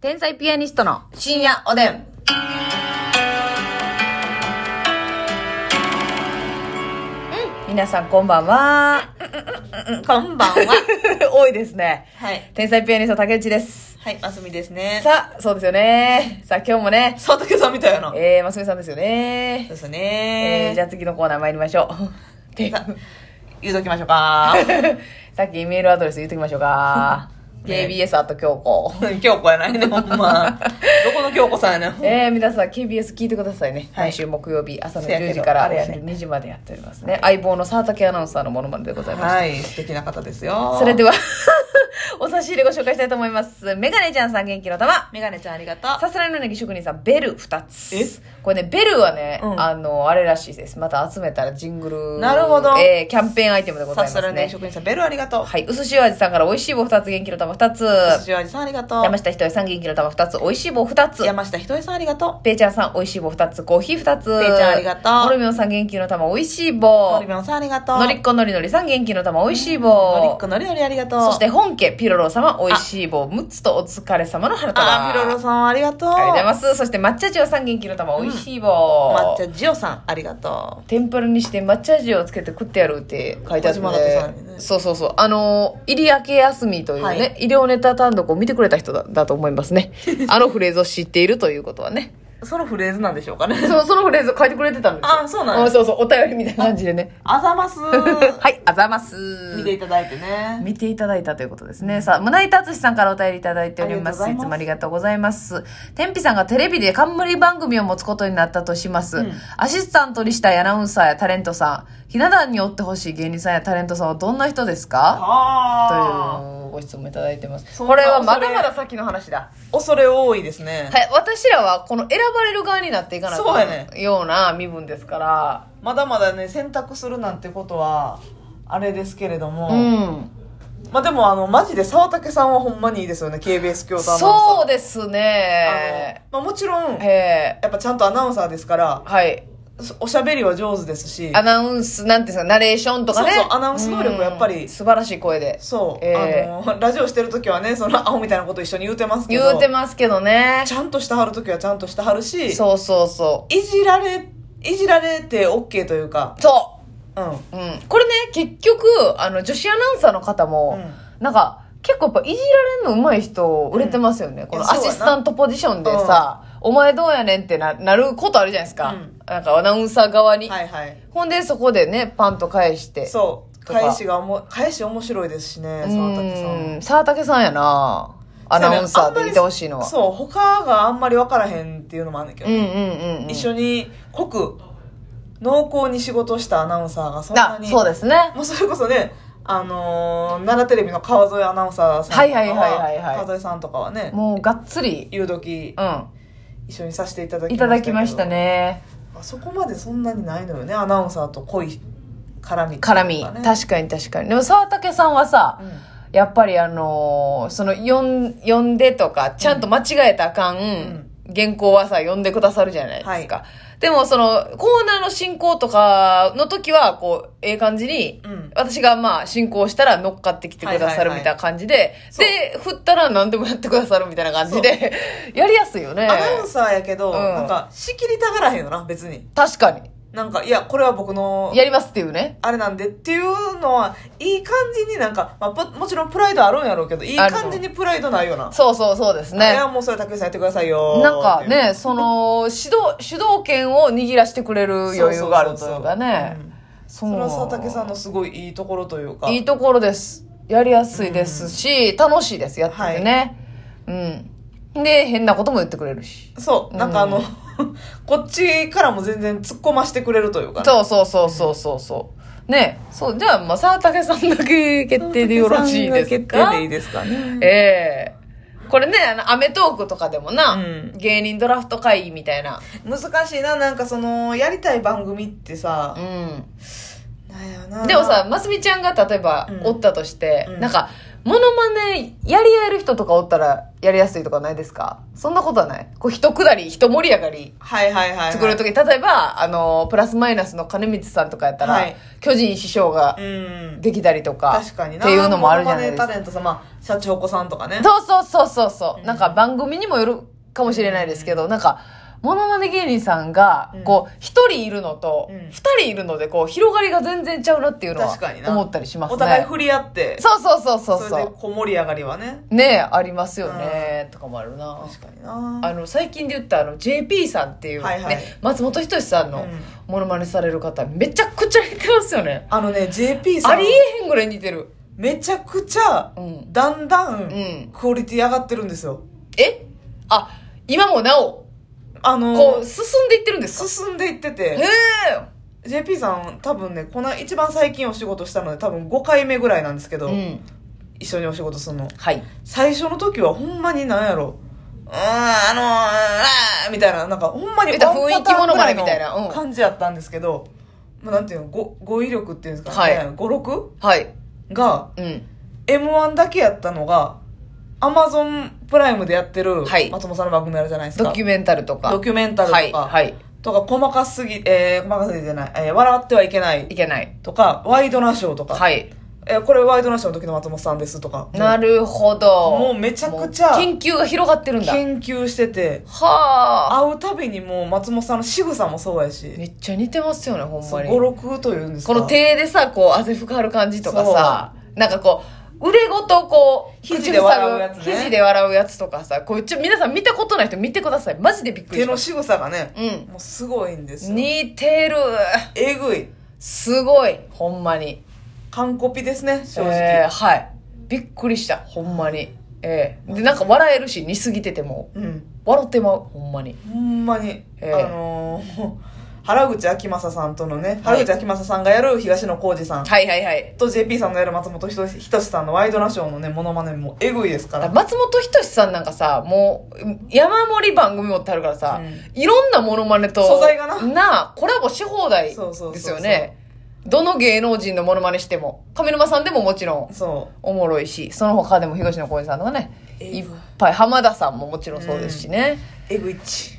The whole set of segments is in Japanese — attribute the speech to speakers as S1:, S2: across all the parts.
S1: 天才ピアニストの深夜おでん。皆さんこんばん は。
S2: こんばん は。
S1: 多いですね。
S2: はい。
S1: 天才ピアニスト竹内です。
S2: はい、ますみですね。
S1: さあ、そうですよね。さあ、今日もね、
S2: 佐竹さんみたいな。そう
S1: えー、ますみさんですよね。
S2: です
S1: え
S2: ね。
S1: ー、じゃあ次のコーナー参りましょ う。 で
S2: さ言うときましょうか。
S1: さっきメールアドレス言っときましょうか。
S2: ね
S1: KBS あと京 子。
S2: 京子やないね、ほんま。どこの京子さんやねん。
S1: えー、皆さん KBS 聞いてくださいね、
S2: はい
S1: 毎週木曜日朝の
S2: せやけど
S1: 10時から
S2: あ
S1: お
S2: れや
S1: 昼
S2: ね
S1: 2時までやっておりますね相棒の沢竹アナウンサーのものまねでございます、
S2: はい、素敵な方ですよ。
S1: それで
S2: は。
S1: は お差し入れご紹介したいと思いますメガネちゃんさん元気の玉
S2: メガネちゃんありがとう。
S1: さすらいのネギ職人さんベル2
S2: え
S1: つこれねベルはね、
S2: うん
S1: あのあれらしいですまた集めたらジングル
S2: なるほど
S1: えーキャンペーンアイテムでござい
S2: さ
S1: ます
S2: すらいね、
S1: ね
S2: 職人さん、ベルありがとう。
S1: はい薄塩味さんから美味しい棒2つ元気の玉2つ
S2: 寿司味さんありがとう。
S1: 山下ひとえさん元気の玉2つ美味しい棒2つ
S2: 山下ひとえさんありがと
S1: ペイちゃんさん、美味しい棒2つ、コーヒー2つ。
S2: ペイちゃんありがとう。
S1: のりみょんさん、元気の玉、美味しいう棒
S2: のり。べんさんありがとう。
S1: のりっこのりのりさん、元気の玉、美味しい
S2: のりっ
S1: 棒
S2: こ。のりのりありがとう。
S1: そして、、本家、ピロロ様、美味しい棒6つと、お疲れ様の花束。
S2: あー、ピロロ
S1: ん。
S2: さんありがとう。
S1: ありがとうございます。そして、抹茶塩さん、元気の玉、美味しい棒。
S2: 抹茶ジオさん、ありがと
S1: 天ぷらにして抹茶塩をつけて食ってやるって書いてある
S2: 小島だってさんね
S1: そうそうそうあの入り明け休みというね、
S2: はい
S1: 医療ネタ単独を見てくれた人だだと思います ねあのフレーズを知っているということはね
S2: う。そのフレーズなんでしょう かね。
S1: そそのフレーズ書いてくれてたんですよ。
S2: あそうなんや
S1: あそうそう、お便りみたいな感じでね。
S2: あざ ます。
S1: はい、あざます。
S2: 見ていただいてね。
S1: 見ていただいたということですね。さあ、胸板敦さんからお便りいただいております。
S2: あ
S1: い
S2: りがとうございます
S1: つもありがとうございます。天日さんがテレビで冠番組を持つことになったとします。
S2: うん
S1: アシスタントにしたいアナウンサーやタレントさん、ひな壇におってほしい芸人さんやタレントさんはどんな人ですかと
S2: ああ
S1: いうご質問いただいてます。
S2: そん
S1: こ
S2: な
S1: れはまだまだ先の話だ。
S2: 恐れ多いですね、
S1: はい、私らはこの選ばれる側になっていかな
S2: そうやね
S1: いような身分ですから、
S2: まだまだね選択するなんてことはあれですけれども、
S1: うん、
S2: まあでもあのマジで沢竹さんはほんまにいいですよね KBS 京都アナウンサー
S1: そうです
S2: あ
S1: ね
S2: の、まあ、もちろんや
S1: ええ
S2: っぱちゃんとアナウンサーですから
S1: はい
S2: そおしゃべりは上手ですし
S1: アナウンスなんていうんですかナレーションとかね
S2: そうそうアナウンス能力
S1: うん
S2: やっぱり
S1: 素晴らしい声で
S2: そう、
S1: え
S2: あのラジオしてる時はねそのアホみたいなこと一緒に言うてますけど
S1: 言うてますけどね
S2: ちゃんとしてはる時はちゃんとしてはるし
S1: そうそうそ
S2: いじられいじられて OK というか
S1: うそ
S2: うん
S1: う、うん、これね結局あの女子アナウンサーの方も、なんか結構やっぱいじられるの上手い人売れてますよね、この
S2: いや
S1: ア
S2: そうやな
S1: シスタントポジションでさ、お前どうやねんってななることあるじゃないですか、
S2: うん
S1: なんかアナウンサー側に、
S2: はいはい
S1: ほんでそこでねパンと返して
S2: そう
S1: とか
S2: 返しがおも返し面白いですしね沢竹さん
S1: うん沢竹さんやなアナウンサーでいてほしいのはう,、
S2: そう他があんまり分からへんっていうのもあるんだけど、
S1: んうんうん、うん、
S2: 一緒に濃く濃厚に仕事したアナウンサーがそんな
S1: あ
S2: に
S1: そうですね
S2: もうそれこそねあのー奈良テレビの川添アナウンサーさんとか
S1: はいはいはいはいはい
S2: 川添さんとかはね
S1: もうがっつり
S2: 言う時
S1: うん
S2: 一緒にさせていただき
S1: いた
S2: ましたけど
S1: だきましたね
S2: あそこまでそんなにないのよねアナウンサーと濃い絡みっていうかね
S1: 絡み確かに確かにでも沢竹さんはさ、
S2: うん
S1: やっぱりあのーその呼ん呼んでとかちゃんと間違えたらあかん、
S2: ん
S1: 原稿はさ呼んでくださるじゃないですか、でもそのコーナーの進行とかの時はこうええ感じに、
S2: うん
S1: 私がまあ進行したら乗っかってきてくださるみたいな感じで、
S2: いはい
S1: で振ったら何でもやってくださるみたいな感じで やりやすいよね
S2: アナウンサーやけど、
S1: ん
S2: なんか仕切りたがらへんよな別に
S1: 確かに
S2: なんかいやこれは僕の
S1: やりますっていうね
S2: あれなんでっていうのはいい感じになんか、まあ、ぽもちろんプライドあるんやろうけどいい感じにプライドないよな、
S1: そうそうそうです
S2: い
S1: ね
S2: やもうそれ竹内さんやってくださいよ
S1: なんか
S2: っていう
S1: ねその指導主導権を握らせてくれる余裕があるというかね
S2: そ
S1: そ
S2: れ
S1: う
S2: は佐竹さんのすごいいいところというか
S1: いいところですやりやすいですし、楽しいですやっててね、うんで変なことも言ってくれるし
S2: そうなんかあの、
S1: う
S2: こっちからも全然突っ込ましてくれるというかね、
S1: そうそうそうそうそうそうねそうじゃあまあ沢竹さんだけ決定でよろしいです
S2: 佐竹さんが
S1: か
S2: 決定でいいですかね
S1: ええこれね、あの、アメトークとかでもな、
S2: うん
S1: 芸人ドラフト会議みたいな。
S2: 難しいななんかそのやりたい番組ってさ
S1: う、ん。
S2: なんやろな
S1: でもさ、ますみちゃんが例えば
S2: うん
S1: おったとして、
S2: うん
S1: なんか、モノマネやり合える人とかおったらやりやすいとかないですかそんなことはないこう一くだり一盛り上がり
S2: はいはいはい、はい、
S1: 作るとき、例えばあのプラスマイナスの金光さんとかやったら、
S2: はい
S1: 巨人師匠が
S2: うん
S1: できたりとか,、
S2: 確かに
S1: っ
S2: な
S1: ていうのもあるじゃないです
S2: モノマネ
S1: か
S2: タレントさんまあシャチホコさんとかね
S1: そうそうそうそうそう、
S2: うん
S1: なんか番組にもよるかもしれないですけど、なんかモノマネ芸人さんがこう一人いるのと
S2: うん
S1: 二人いるのでこう広がりが全然ちゃうなっていうのは
S2: 確かにな
S1: 思ったりしますね
S2: お互い振り合って
S1: そうそうそうそう
S2: そ
S1: そ
S2: れでこう盛り上がりはね
S1: うねえありますよね、とかもあるな
S2: 確かにな
S1: あの最近で言ったあの JP さんっていう、ね
S2: はいはい
S1: 松本人志さん
S2: う
S1: の
S2: ん
S1: モノマネされる方、めちゃくちゃ似てますよね
S2: あのね JP さん
S1: ありえへんぐらい似てる
S2: めちゃくちゃ
S1: うん
S2: だんだん、
S1: ん
S2: クオリティ上がってるんですよ
S1: えあ今もなお
S2: あの
S1: こう進んでいってるんですか
S2: 進んでいって
S1: へ
S2: て、JP さん多分ねこの一番最近お仕事したので多分5回目ぐらいなんですけ
S1: え
S2: ど、
S1: うん
S2: 一緒にお仕事するの
S1: はい
S2: 最初の時はほんまになんやろうーんあのーあーみたいななんかほんまに
S1: えっと
S2: ワンパター
S1: 雰囲
S2: ンぐらの
S1: 気物まねみたいなうん
S2: 感じやったんですけど、まあ、なんていうの語語彙力っていうんですか
S1: は
S2: ね、
S1: い
S2: 語録
S1: はい
S2: が
S1: うん、
S2: m 1だけやったのがアマゾンプライムでやってる
S1: はい
S2: 松本さんの番組あるじゃないですか、
S1: ドキュメンタルとか
S2: ドキュメンタルとか、
S1: はいはい
S2: とか細かすぎ、えー、細かすぎてない、えー笑ってはいけない
S1: いけない
S2: とかワイドナショーとか、
S1: はい
S2: えーこれワイドナショーの時の松本さんですとか
S1: なるほど
S2: もうめちゃくちゃ
S1: もう研究が広がってるんだ
S2: 研究してて
S1: はあ
S2: 会うたびにもう松本さんの仕草もそうやし
S1: めっちゃ似てますよねほんまに
S2: 56というんですか
S1: この手でさ、こう、汗ふかる感じとかさ、なんかこう、腕ごとこう、
S2: 肘で笑うやつね
S1: 口塞ぐ肘で笑うやつとかさ、こう、ちょ、皆さん見たことない人見てください。マジでびっくり
S2: 手
S1: しま
S2: の
S1: し
S2: 仕草がね
S1: た。うん。
S2: もうすごいんですよ
S1: 似てる。
S2: えぐい
S1: すごい。ほんまに。
S2: 完コピですね正直、
S1: えーはい。びっくりした。ほんまに。ええで、なんか笑えるし、似すぎてても。
S2: うん
S1: 笑ってまう。ほんまに。
S2: ほんまに、
S1: ええ
S2: あのー 原口あきまささんとのね、
S1: はい
S2: 原口あきまささんがやる東野幸治さん
S1: はいはいはい。
S2: と JP さんがやる松本人志人志さんのワイドナショーのねモノマネもえぐいですか
S1: だから
S2: ら
S1: 松本人志さんなんかさ、もう、山盛り番組持ってあるからさ、いろんなモノマネと、
S2: 素材がな
S1: あコラボし放題です
S2: そうそうそうそう
S1: よね。どの芸能人のモノマネしても、上沼さんでももちろん
S2: そ
S1: おもろいし、その他でも東野幸治さんとかね、
S2: えぐ
S1: いっぱい、浜田さんももちろんそうですしね。
S2: うえぐいっち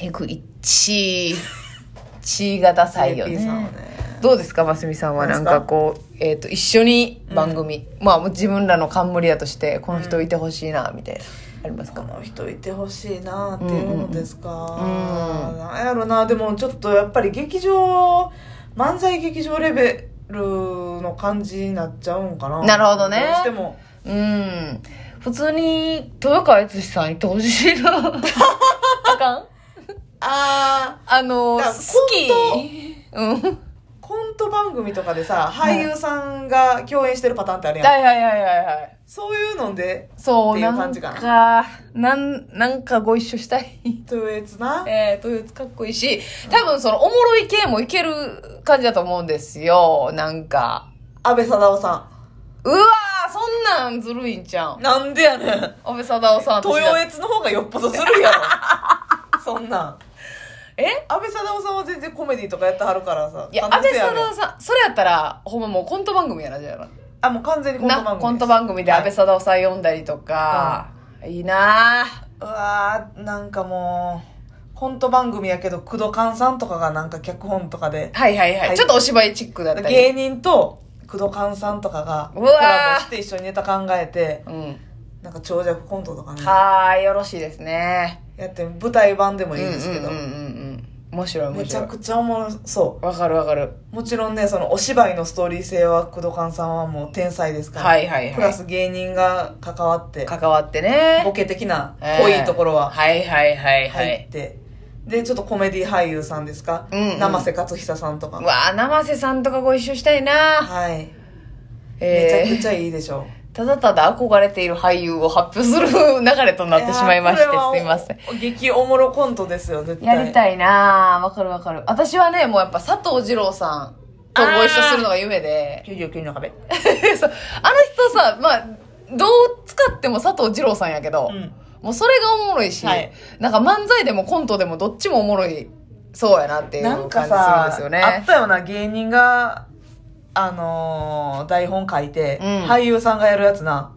S1: えぐいっちー、ちーがダサいよ
S2: JP さん
S1: ね。
S2: はね
S1: どうですか、ますみさんは。な
S2: なんん
S1: か
S2: か
S1: こう、えっ、と、一緒に番組、まあ自分らの冠やとして、この人いてほしいな、みたいな、あります
S2: こ
S1: か
S2: の人いてほしいなっていうのですか、
S1: んうん
S2: なんやろなでもちょっとやっぱり劇場漫才劇場レベルの感じになっちゃうんかな
S1: なるほどね
S2: どうしても
S1: うん。普通に、豊川悦司さん行ってほしい な。あかん
S2: ああ
S1: あの、好
S2: だから
S1: き。うん。はい
S2: コント番組とかでさ俳優さんが共演してるパターンってあるやん、
S1: はいはいはいはい。
S2: そういうので
S1: そう、
S2: ってい
S1: な
S2: うん感じか
S1: か、なん、なんかご一緒したい。
S2: トヨエツな
S1: えー、豊悦かっこいいし、多分その、おもろい系もいける感じだと思うんですよ。なんか。
S2: 安倍貞夫さ
S1: うわー、そんなんずるいんちゃうん
S2: ん。なんでやねん
S1: 安倍貞夫さん 私
S2: ト
S1: だ
S2: ヨエツの方がよっぽどずるいやろそんなん
S1: え
S2: 安倍貞夫さんは全然コメディとかやってはるからさ
S1: いや、安
S2: 完
S1: 倍
S2: 全やね
S1: 貞夫さん、それやったら、ほんまもうコント番組やな、じゃあな。
S2: あもう完全にコント番組
S1: な
S2: です
S1: コント番組で安倍
S2: はい
S1: 貞夫さん読んだりとか、い、いなあ
S2: うわーなんかもうコント番組やけど工藤勘さんとかがなんか脚本とかで
S1: はいはいはい、
S2: はい
S1: ちょっとお芝居チックだったり、
S2: 芸人と工藤勘さんとかが
S1: う
S2: コ
S1: わー
S2: ラボして一緒にネタ考えて
S1: うん、
S2: なんか長尺コントとかね
S1: はーいよろしいですね
S2: やって舞台版でもいいんですけど、
S1: うんうんうんうんうん面白い面白い
S2: めちゃくちゃおもろそ
S1: わかるわかる
S2: うもちろんねそのお芝居のストーリー性は工藤勘さんはもう天才ですから、
S1: はいはい
S2: プラ
S1: は
S2: ス芸人が関わって
S1: い関わってね
S2: ボケ的な
S1: えー
S2: 濃いところは
S1: はいはいはいは
S2: 入
S1: い
S2: っ、て、でちょっとコメディ俳優さんですか、
S1: うんうん
S2: 生瀬勝久さんとか
S1: うわあ生瀬さんとかご一緒したいな、
S2: はい、
S1: え
S2: めちゃくち
S1: ゃ
S2: ゃいいでしょ
S1: ただただ憧れている俳優を発表する流れとなってしまいまして
S2: やーこ
S1: す
S2: れ
S1: い
S2: は
S1: ません
S2: お激おもろコントですよ絶対
S1: やりたいなぁ。わかるわかる。私はね、もうやっぱ佐藤二郎さんとご一緒するのが夢で。
S2: 99の壁
S1: そうあの人さ、まあ、どう使っても佐藤二郎さんやけど、
S2: うん
S1: もうそれがおもろいし、
S2: はい
S1: なんか漫才でもコントでもどっちもおもろい、そうやなっていう
S2: なん
S1: 感
S2: か
S1: じするんで
S2: さ
S1: すよ
S2: あっ
S1: ね。
S2: たよな芸人があのー台本書いて、
S1: うん
S2: 俳優さんがやるやつな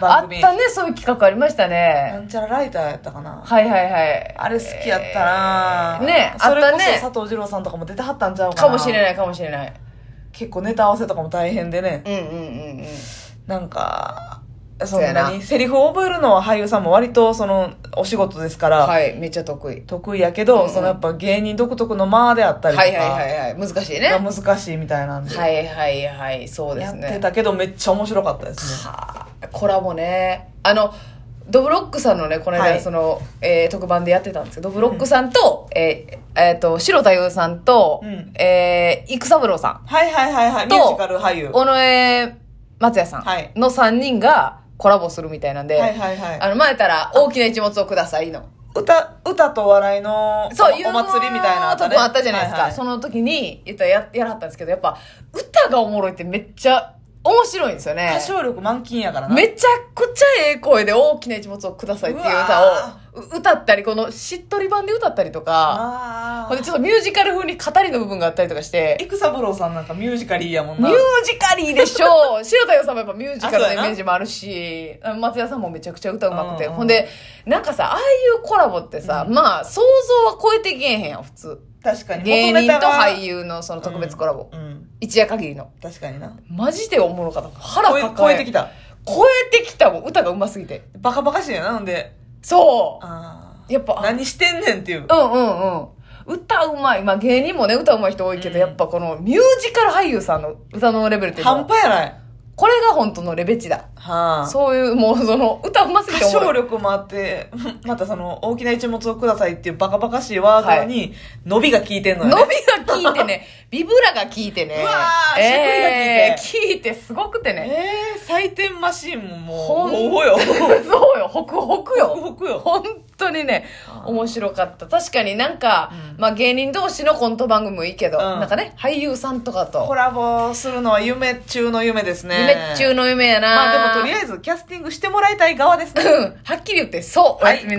S1: あ
S2: 番
S1: っ
S2: 組
S1: たね、そういう企画ありました
S2: な
S1: ね。
S2: んちゃらライターやったかな
S1: はいはいはい。
S2: あれ好きやったな、
S1: えーね
S2: それ
S1: あった
S2: こ
S1: ね
S2: そ佐藤二郎さんとかも出てはったんちゃうかな
S1: かもしれないかもしれない。
S2: 結構ネタ合わせとかも大変でね
S1: うんうんうんうん。
S2: なんかそ
S1: そうや
S2: ん
S1: な
S2: なにセリフを覚えるのは俳優さんも割とそのお仕事ですから、
S1: はい、めっちゃ得意。
S2: 得意やけど、
S1: うんうん
S2: そのやっぱ芸人独特の間であった
S1: はい
S2: りとか
S1: はいはいはい。難しいね。
S2: が
S1: は
S2: 難しいみたいなんで、
S1: いはいはい。そうで
S2: や
S1: す
S2: っ
S1: ね。
S2: てたけどめっちゃ面白かったですね
S1: はあコラボねあのドブロックさんのねこの間、
S2: はい
S1: その、えー特番でやってたんですけどドブロックさんと、えーえーと白太夫さんと、
S2: うん
S1: えー育三郎さ
S2: はいはいはいはいミ
S1: と
S2: ュージカル俳優
S1: ん
S2: は
S1: 尾上松也さ
S2: はい
S1: んの3人がコラボするみたいなんで、
S2: いはいは
S1: あの前から「大きな一物をください」の
S2: い歌歌と笑いの
S1: そう
S2: お祭りみたいなの
S1: とこあったじゃないですか、
S2: はは
S1: その時に言ったらややらはったんですけどやっぱ歌がおもろいってめっちゃ面白いんですよね
S2: 歌唱力満金やからな
S1: めちゃくちゃええ声で大きな一物をくださいっていう歌をう歌ったり、このしっとり版で歌ったりとか、
S2: あ
S1: ほんで
S2: あ
S1: ちょっとミュージカル風に語りの部分があったりとかして、
S2: 育三郎さんなんかミュージカリーやもん
S1: ミュ
S2: な
S1: ージカリーでしょう白田洋さんもやっぱミュージカル
S2: あ
S1: の
S2: そう
S1: イ
S2: や
S1: メ
S2: な
S1: ージもある し、あの松也さんもめちゃくちゃ歌うまくて、
S2: うんうん
S1: ほんで、なんかさ、ああいうコラボってさ、まあ想像は超えてけえへんやん、普通。
S2: 確かに
S1: 芸人と俳
S2: 優
S1: 優のその特別コラボ。
S2: うん
S1: 一夜限りの。
S2: 確かにな
S1: マジでおもろかった。腹
S2: 超え
S1: 抱え。
S2: 超えてき。た
S1: 超えてきたもん、歌がうますぎて。
S2: バカバカしいやななんで
S1: そう。
S2: あ
S1: やっ
S2: あ
S1: ぱ、
S2: 何してんねんっていう
S1: うんうんうん。歌うまい。まあ芸人もね、歌うまい人多いけど、
S2: うん
S1: やっぱこのミュージカル俳優さんの歌のレベルっていうのは
S2: 半端やない
S1: これが本当のレベチだ。
S2: はあ
S1: そういう、もうその、歌うますぎて
S2: 歌
S1: 思
S2: 唱
S1: う。
S2: 力もあって、 またその、大きな一物をくださいっていうバカバカしいワードに、伸びが効いてんの
S1: 伸び
S2: よ、ね。
S1: が効いて ね、ビブラが効いてね。
S2: うわー
S1: え
S2: し
S1: ー効いてすごくてね。
S2: えー、採点マシーンもも
S1: ほ
S2: う、
S1: ん
S2: ほぼよ。
S1: そうよ、ホクホクよ。
S2: ほぼよ。
S1: 本当にね、面白かった。確かになんか、
S2: うん
S1: まあ芸人同士のコント番組もいいけど、
S2: うん
S1: なんかね、俳優さんとか
S2: コ
S1: と、
S2: ラボするのは夢中の夢ですね。
S1: 夢中の夢やな
S2: まあでもとりあえず、キャスティングしてもらいたい側ですね。
S1: うんはっきり言って、そう。おやすみなさい